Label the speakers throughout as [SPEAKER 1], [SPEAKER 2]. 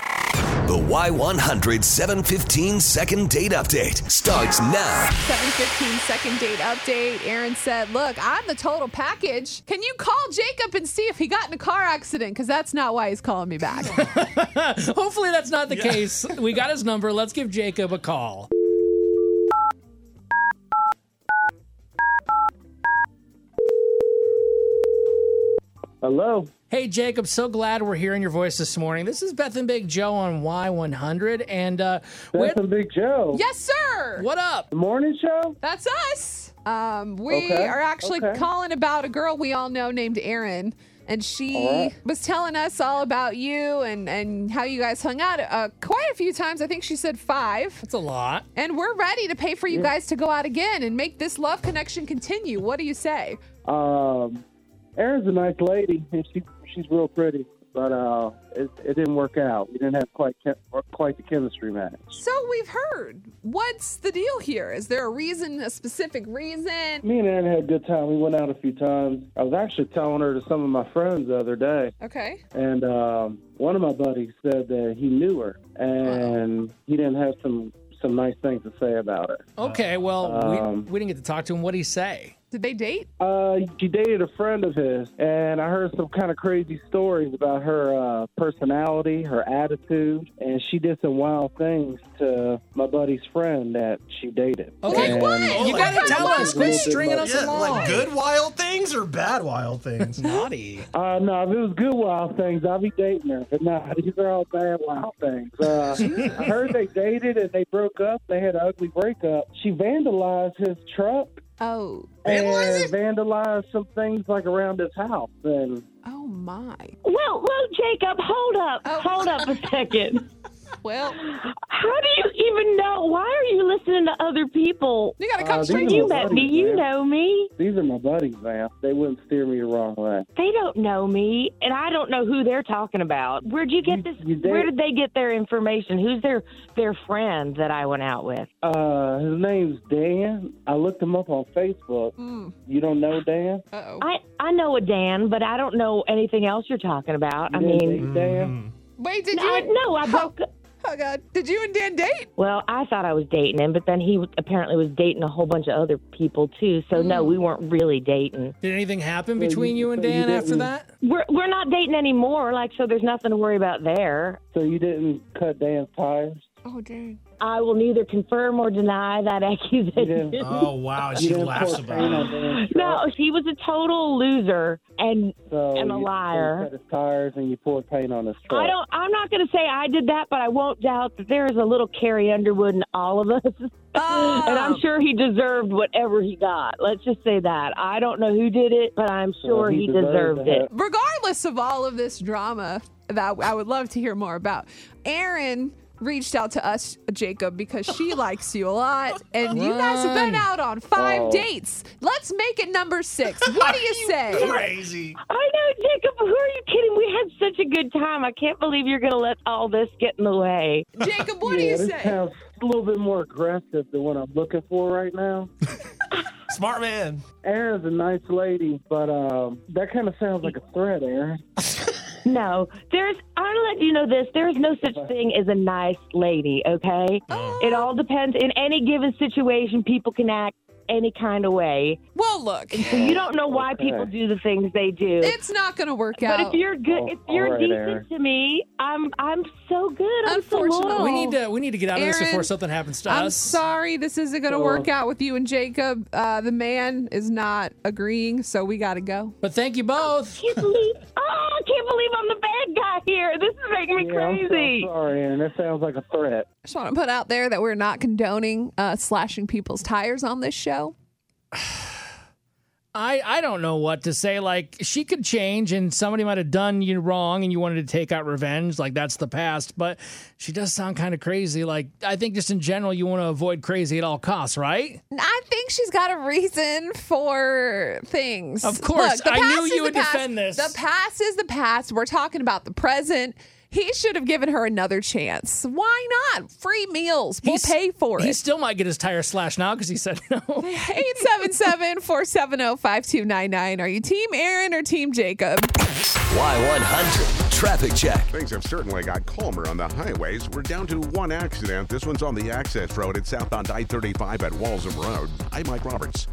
[SPEAKER 1] The Y100 715 second date update starts now.
[SPEAKER 2] 715 second date update. Aaron said, Look, I'm the total package. Can you call Jacob and see if he got in a car accident? Because that's not why he's calling me back.
[SPEAKER 3] Hopefully that's not the case. We got his number. Let's give Jacob a call.
[SPEAKER 4] Hello.
[SPEAKER 3] Hey Jacob, so glad we're hearing your voice this morning. This is Beth and Big Joe on Y100, and uh,
[SPEAKER 4] That's
[SPEAKER 3] with-
[SPEAKER 4] a Big Joe.
[SPEAKER 2] yes, sir.
[SPEAKER 3] what up?
[SPEAKER 4] Morning show?
[SPEAKER 2] That's us. Um, we
[SPEAKER 4] Okay,
[SPEAKER 2] are actually
[SPEAKER 4] okay.
[SPEAKER 2] calling about a girl we all know named Erin. And she
[SPEAKER 4] All right.
[SPEAKER 2] was telling us all about you and, and how you guys hung out uh, quite a few times. I think she said five.
[SPEAKER 3] That's a lot.
[SPEAKER 2] And we're ready to pay for you guys to go out again and make this love connection continue. What do you say?
[SPEAKER 4] Um, Erin's a nice lady, and she she's real pretty, but uh, it, it didn't work out. We didn't have quite chem- or quite the chemistry match.
[SPEAKER 2] So we've heard. What's the deal here? Is there a reason, a specific reason?
[SPEAKER 4] Me and Erin had a good time. We went out a few times. I was actually telling her to some of my friends the other day,
[SPEAKER 2] Okay.
[SPEAKER 4] and um, one of my buddies said that he knew her, and he didn't have some some nice things to say about her.
[SPEAKER 5] Uh,
[SPEAKER 3] Okay, well
[SPEAKER 4] Um,
[SPEAKER 3] we, we didn't get to talk to him. What would he say?
[SPEAKER 2] Did they date?
[SPEAKER 4] Uh, she dated a friend of his, and I heard some kind of crazy stories about her uh, personality, her attitude, and she did some wild things to my buddy's friend that she dated.
[SPEAKER 3] Okay.
[SPEAKER 2] Oh, Like what?
[SPEAKER 5] Oh,
[SPEAKER 4] And-
[SPEAKER 3] You
[SPEAKER 2] What
[SPEAKER 3] gotta
[SPEAKER 2] kind of
[SPEAKER 3] tell
[SPEAKER 2] wild
[SPEAKER 3] us. Quit
[SPEAKER 4] things?
[SPEAKER 3] stringing us
[SPEAKER 5] Yeah,
[SPEAKER 3] along.
[SPEAKER 5] like good wild things or bad wild things.
[SPEAKER 3] naughty.
[SPEAKER 4] Uh, no, if it was good wild things, I'd be dating her. But no, these are all bad wild things. Uh, I heard they dated and they broke up. They had an ugly breakup. She vandalized his truck
[SPEAKER 2] Oh.
[SPEAKER 5] Vandalized
[SPEAKER 4] and vandalized some things like around his house. And
[SPEAKER 2] Oh my.
[SPEAKER 6] Well, well, Jacob, hold up,
[SPEAKER 2] Oh.
[SPEAKER 6] hold up a second.
[SPEAKER 2] Well,
[SPEAKER 6] How do you even know? Why are you listening to other people?
[SPEAKER 2] you gotta come
[SPEAKER 4] Uh, these
[SPEAKER 2] straight
[SPEAKER 4] are
[SPEAKER 2] to
[SPEAKER 6] You
[SPEAKER 4] my
[SPEAKER 6] met me,
[SPEAKER 4] buddies,
[SPEAKER 6] you
[SPEAKER 4] man.
[SPEAKER 6] know me.
[SPEAKER 4] These are my buddies, man. They wouldn't steer me the wrong way.
[SPEAKER 6] They don't know me, and I don't know who they're talking about. Where'd you get this?
[SPEAKER 4] you did-
[SPEAKER 6] Where did they get their information? Who's their their friend that I went out with?
[SPEAKER 4] Uh, his name's Dan. I looked him up on Facebook.
[SPEAKER 2] Mm,
[SPEAKER 4] You don't know Dan?
[SPEAKER 2] uh-oh.
[SPEAKER 6] I I know a Dan, but I don't know anything else you're talking about.
[SPEAKER 4] You
[SPEAKER 6] I
[SPEAKER 4] didn't date
[SPEAKER 6] mean,
[SPEAKER 4] Dan.
[SPEAKER 5] Mm-hmm.
[SPEAKER 2] Wait, did you
[SPEAKER 6] I,
[SPEAKER 2] and,
[SPEAKER 6] no, I broke.
[SPEAKER 2] oh god. Did you and Dan date?
[SPEAKER 6] Well, I thought I was dating him, but then he apparently was dating a whole bunch of other people too. So no, we weren't really dating.
[SPEAKER 3] Did anything happen
[SPEAKER 4] you-
[SPEAKER 3] between you and
[SPEAKER 4] so you
[SPEAKER 3] Dan after
[SPEAKER 4] didn't-
[SPEAKER 3] that?
[SPEAKER 6] We're we're not dating anymore, like so there's nothing to worry about there.
[SPEAKER 4] So you didn't cut Dan's tires?
[SPEAKER 2] Oh dang.
[SPEAKER 6] I will neither confirm or deny that accusation.
[SPEAKER 4] Yeah.
[SPEAKER 5] Oh wow,
[SPEAKER 4] you
[SPEAKER 5] she
[SPEAKER 4] didn't
[SPEAKER 5] laughs
[SPEAKER 4] pour
[SPEAKER 5] about
[SPEAKER 4] paint
[SPEAKER 5] it.
[SPEAKER 4] on Dan's
[SPEAKER 6] No,
[SPEAKER 4] truck,
[SPEAKER 6] she was a total loser and
[SPEAKER 4] so
[SPEAKER 6] I'm a
[SPEAKER 4] you-
[SPEAKER 6] liar.
[SPEAKER 4] You cut his tires and you poured paint on his truck.
[SPEAKER 6] I don't I'm not gonna say I did that, but I won't doubt that there is a little Carrie Underwood in all of us. and
[SPEAKER 2] Um,
[SPEAKER 6] I'm sure he deserved whatever he got. Let's just say that. I don't know who did it, but I'm
[SPEAKER 4] So
[SPEAKER 6] sure he deserved,
[SPEAKER 4] to
[SPEAKER 6] it.
[SPEAKER 4] have-
[SPEAKER 2] Regardless of all of this drama that I would love to hear more about, Aaron reached out to us, Jacob, because she likes you a lot. And you guys have been
[SPEAKER 3] Run.
[SPEAKER 2] out on five
[SPEAKER 4] Oh.
[SPEAKER 2] dates. Let's make it number six. What do you say?
[SPEAKER 5] Crazy.
[SPEAKER 6] I know, Jacob, who are you kidding? We had such a good time. I can't believe you're gonna let all this get in the way.
[SPEAKER 2] Jacob, what
[SPEAKER 4] yeah,
[SPEAKER 2] do you
[SPEAKER 4] this
[SPEAKER 2] say?
[SPEAKER 4] sounds a little bit more aggressive than what I'm looking for right now.
[SPEAKER 5] Smart man.
[SPEAKER 4] Erin's a nice lady, but um, that kind of sounds like a threat, Erin.
[SPEAKER 6] No, there's. I'm gonna let you know this. There is no such thing as a nice lady. Okay.
[SPEAKER 4] Oh.
[SPEAKER 6] It all depends. In any given situation, people can act any kind of way.
[SPEAKER 2] Well, look,
[SPEAKER 6] So you don't know why
[SPEAKER 4] Okay.
[SPEAKER 6] people do the things they do.
[SPEAKER 2] it's not going to work
[SPEAKER 6] but
[SPEAKER 2] out.
[SPEAKER 6] if you're good,
[SPEAKER 4] Oh,
[SPEAKER 6] if you're
[SPEAKER 4] all right,
[SPEAKER 6] decent
[SPEAKER 4] Erin.
[SPEAKER 6] to me, I'm I'm so good. I'm so
[SPEAKER 2] Unfortunately,
[SPEAKER 6] loyal.
[SPEAKER 3] We need to we need to get out of this
[SPEAKER 2] Aaron,
[SPEAKER 3] before something happens to
[SPEAKER 2] I'm
[SPEAKER 3] us.
[SPEAKER 2] sorry this isn't going to
[SPEAKER 4] Oh.
[SPEAKER 2] work out with you and Jacob. Uh, the man is not agreeing, so we got to go.
[SPEAKER 3] But thank you both.
[SPEAKER 6] Can't believe, oh, I can't believe I'm the bad guy here. This is making me
[SPEAKER 4] Yeah, I'm
[SPEAKER 6] crazy.
[SPEAKER 4] so sorry, Erin. That sounds like a threat.
[SPEAKER 2] I just want to put out there that we're not condoning uh, slashing people's tires on this show.
[SPEAKER 3] I, I don't know what to say. Like she could change, and somebody might have done you wrong, and you wanted to take out revenge. Like that's the past. But she does sound kind of crazy. Like I think just in general, you want to avoid crazy at all costs, right?
[SPEAKER 2] I think she's got a reason for things.
[SPEAKER 3] Of course.
[SPEAKER 2] the
[SPEAKER 3] I knew
[SPEAKER 2] past is
[SPEAKER 3] you
[SPEAKER 2] the
[SPEAKER 3] would
[SPEAKER 2] past.
[SPEAKER 3] defend this.
[SPEAKER 2] The past is the past. We're talking about the present. He should have given her another chance. Why not? Free meals. We'll
[SPEAKER 3] He's-
[SPEAKER 2] pay for
[SPEAKER 3] He
[SPEAKER 2] it.
[SPEAKER 3] still might get his tire slashed now because he said no.
[SPEAKER 2] 877 oh, 470 5299. Are you Team Aaron or Team Jacob?
[SPEAKER 1] Y100 Traffic check.
[SPEAKER 7] Things have certainly got calmer on the highways. We're down to one accident. This one's on the access road at southbound I 35 at Walsham Road. I'm Mike Roberts.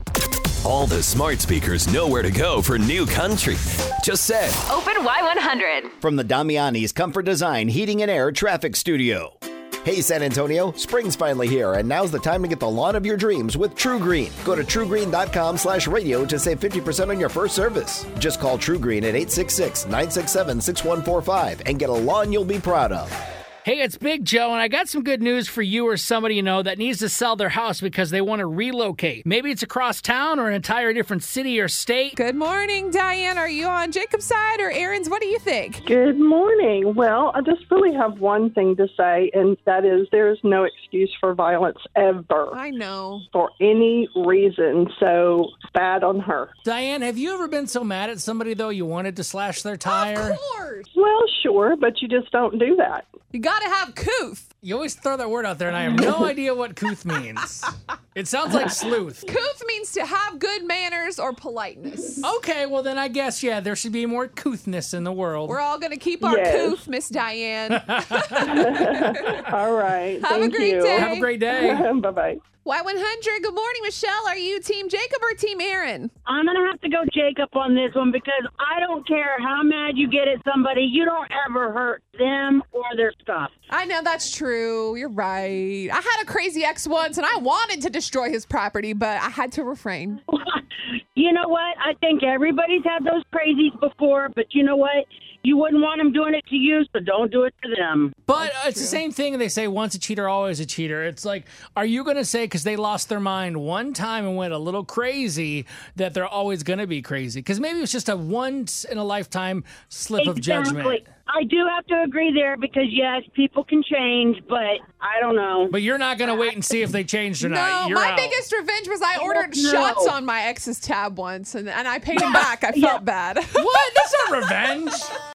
[SPEAKER 1] All the smart speakers know where to go for new country. Just say.
[SPEAKER 8] Open Y100.
[SPEAKER 9] From the Damiani's Comfort Design Heating and Air Traffic Studio. Hey San Antonio, spring's finally here and now's the time to get the lawn of your dreams with True Green. Go to truegreen.com slash radio to save 50% on your first service. Just call True Green at 866-967-6145 and get a lawn you'll be proud of.
[SPEAKER 3] Hey, it's Big Joe, and I got some good news for you or somebody you know that needs to sell their house because they want to relocate. Maybe it's across town or an entire different city or state.
[SPEAKER 2] Good morning, Diane. Are you on Jacob's side or Aaron's? What do you think?
[SPEAKER 10] Good morning. Well, I just really have one thing to say, and that is there is no excuse for violence ever
[SPEAKER 2] I know.
[SPEAKER 10] for any reason. So bad on her.
[SPEAKER 3] Diane, have you ever been so mad at somebody though you wanted to slash their tire?
[SPEAKER 10] Well, sure, but you just don't do that.
[SPEAKER 2] You gotta have coof.
[SPEAKER 3] You always throw that word out there, and I have no idea what couth means. It sounds like sleuth.
[SPEAKER 2] Coof means to have good manners or politeness.
[SPEAKER 3] Okay, well then I guess yeah, there should be more couthness in the world.
[SPEAKER 2] We're all gonna keep our
[SPEAKER 10] Yes.
[SPEAKER 2] coof, Miss Diane.
[SPEAKER 10] All right.
[SPEAKER 2] Have a
[SPEAKER 10] thank
[SPEAKER 2] great
[SPEAKER 10] you.
[SPEAKER 2] day.
[SPEAKER 3] Have a great day.
[SPEAKER 10] bye bye.
[SPEAKER 2] Y100. Good morning, Michelle. Are you Team Jacob or Team Aaron?
[SPEAKER 6] I'm going to have to go Jacob on this one because I don't care how mad you get at somebody, you don't ever hurt them or their stuff.
[SPEAKER 2] I know that's true. You're right. I had a crazy ex once, and I wanted to destroy his property, but I had to refrain.
[SPEAKER 6] You know what? I think everybody's had those crazies before, but you know what? You wouldn't want them doing it to you, so don't do it to them.
[SPEAKER 3] But it's the same thing they say once a cheater, always a cheater. It's like, are you going to say because they lost their mind one time and went a little crazy that they're always going to be crazy? Because maybe it's just a once in a lifetime slip of judgment.
[SPEAKER 6] I do have to agree there because yes, people can change, but I don't know.
[SPEAKER 3] But you're not going to wait and see if they changed or
[SPEAKER 2] No,
[SPEAKER 3] not. You're
[SPEAKER 2] my
[SPEAKER 3] out.
[SPEAKER 2] biggest revenge was I ordered
[SPEAKER 6] no.
[SPEAKER 2] shots on my ex's tab once, and, and I paid him back. I felt bad.
[SPEAKER 3] What? That's not revenge.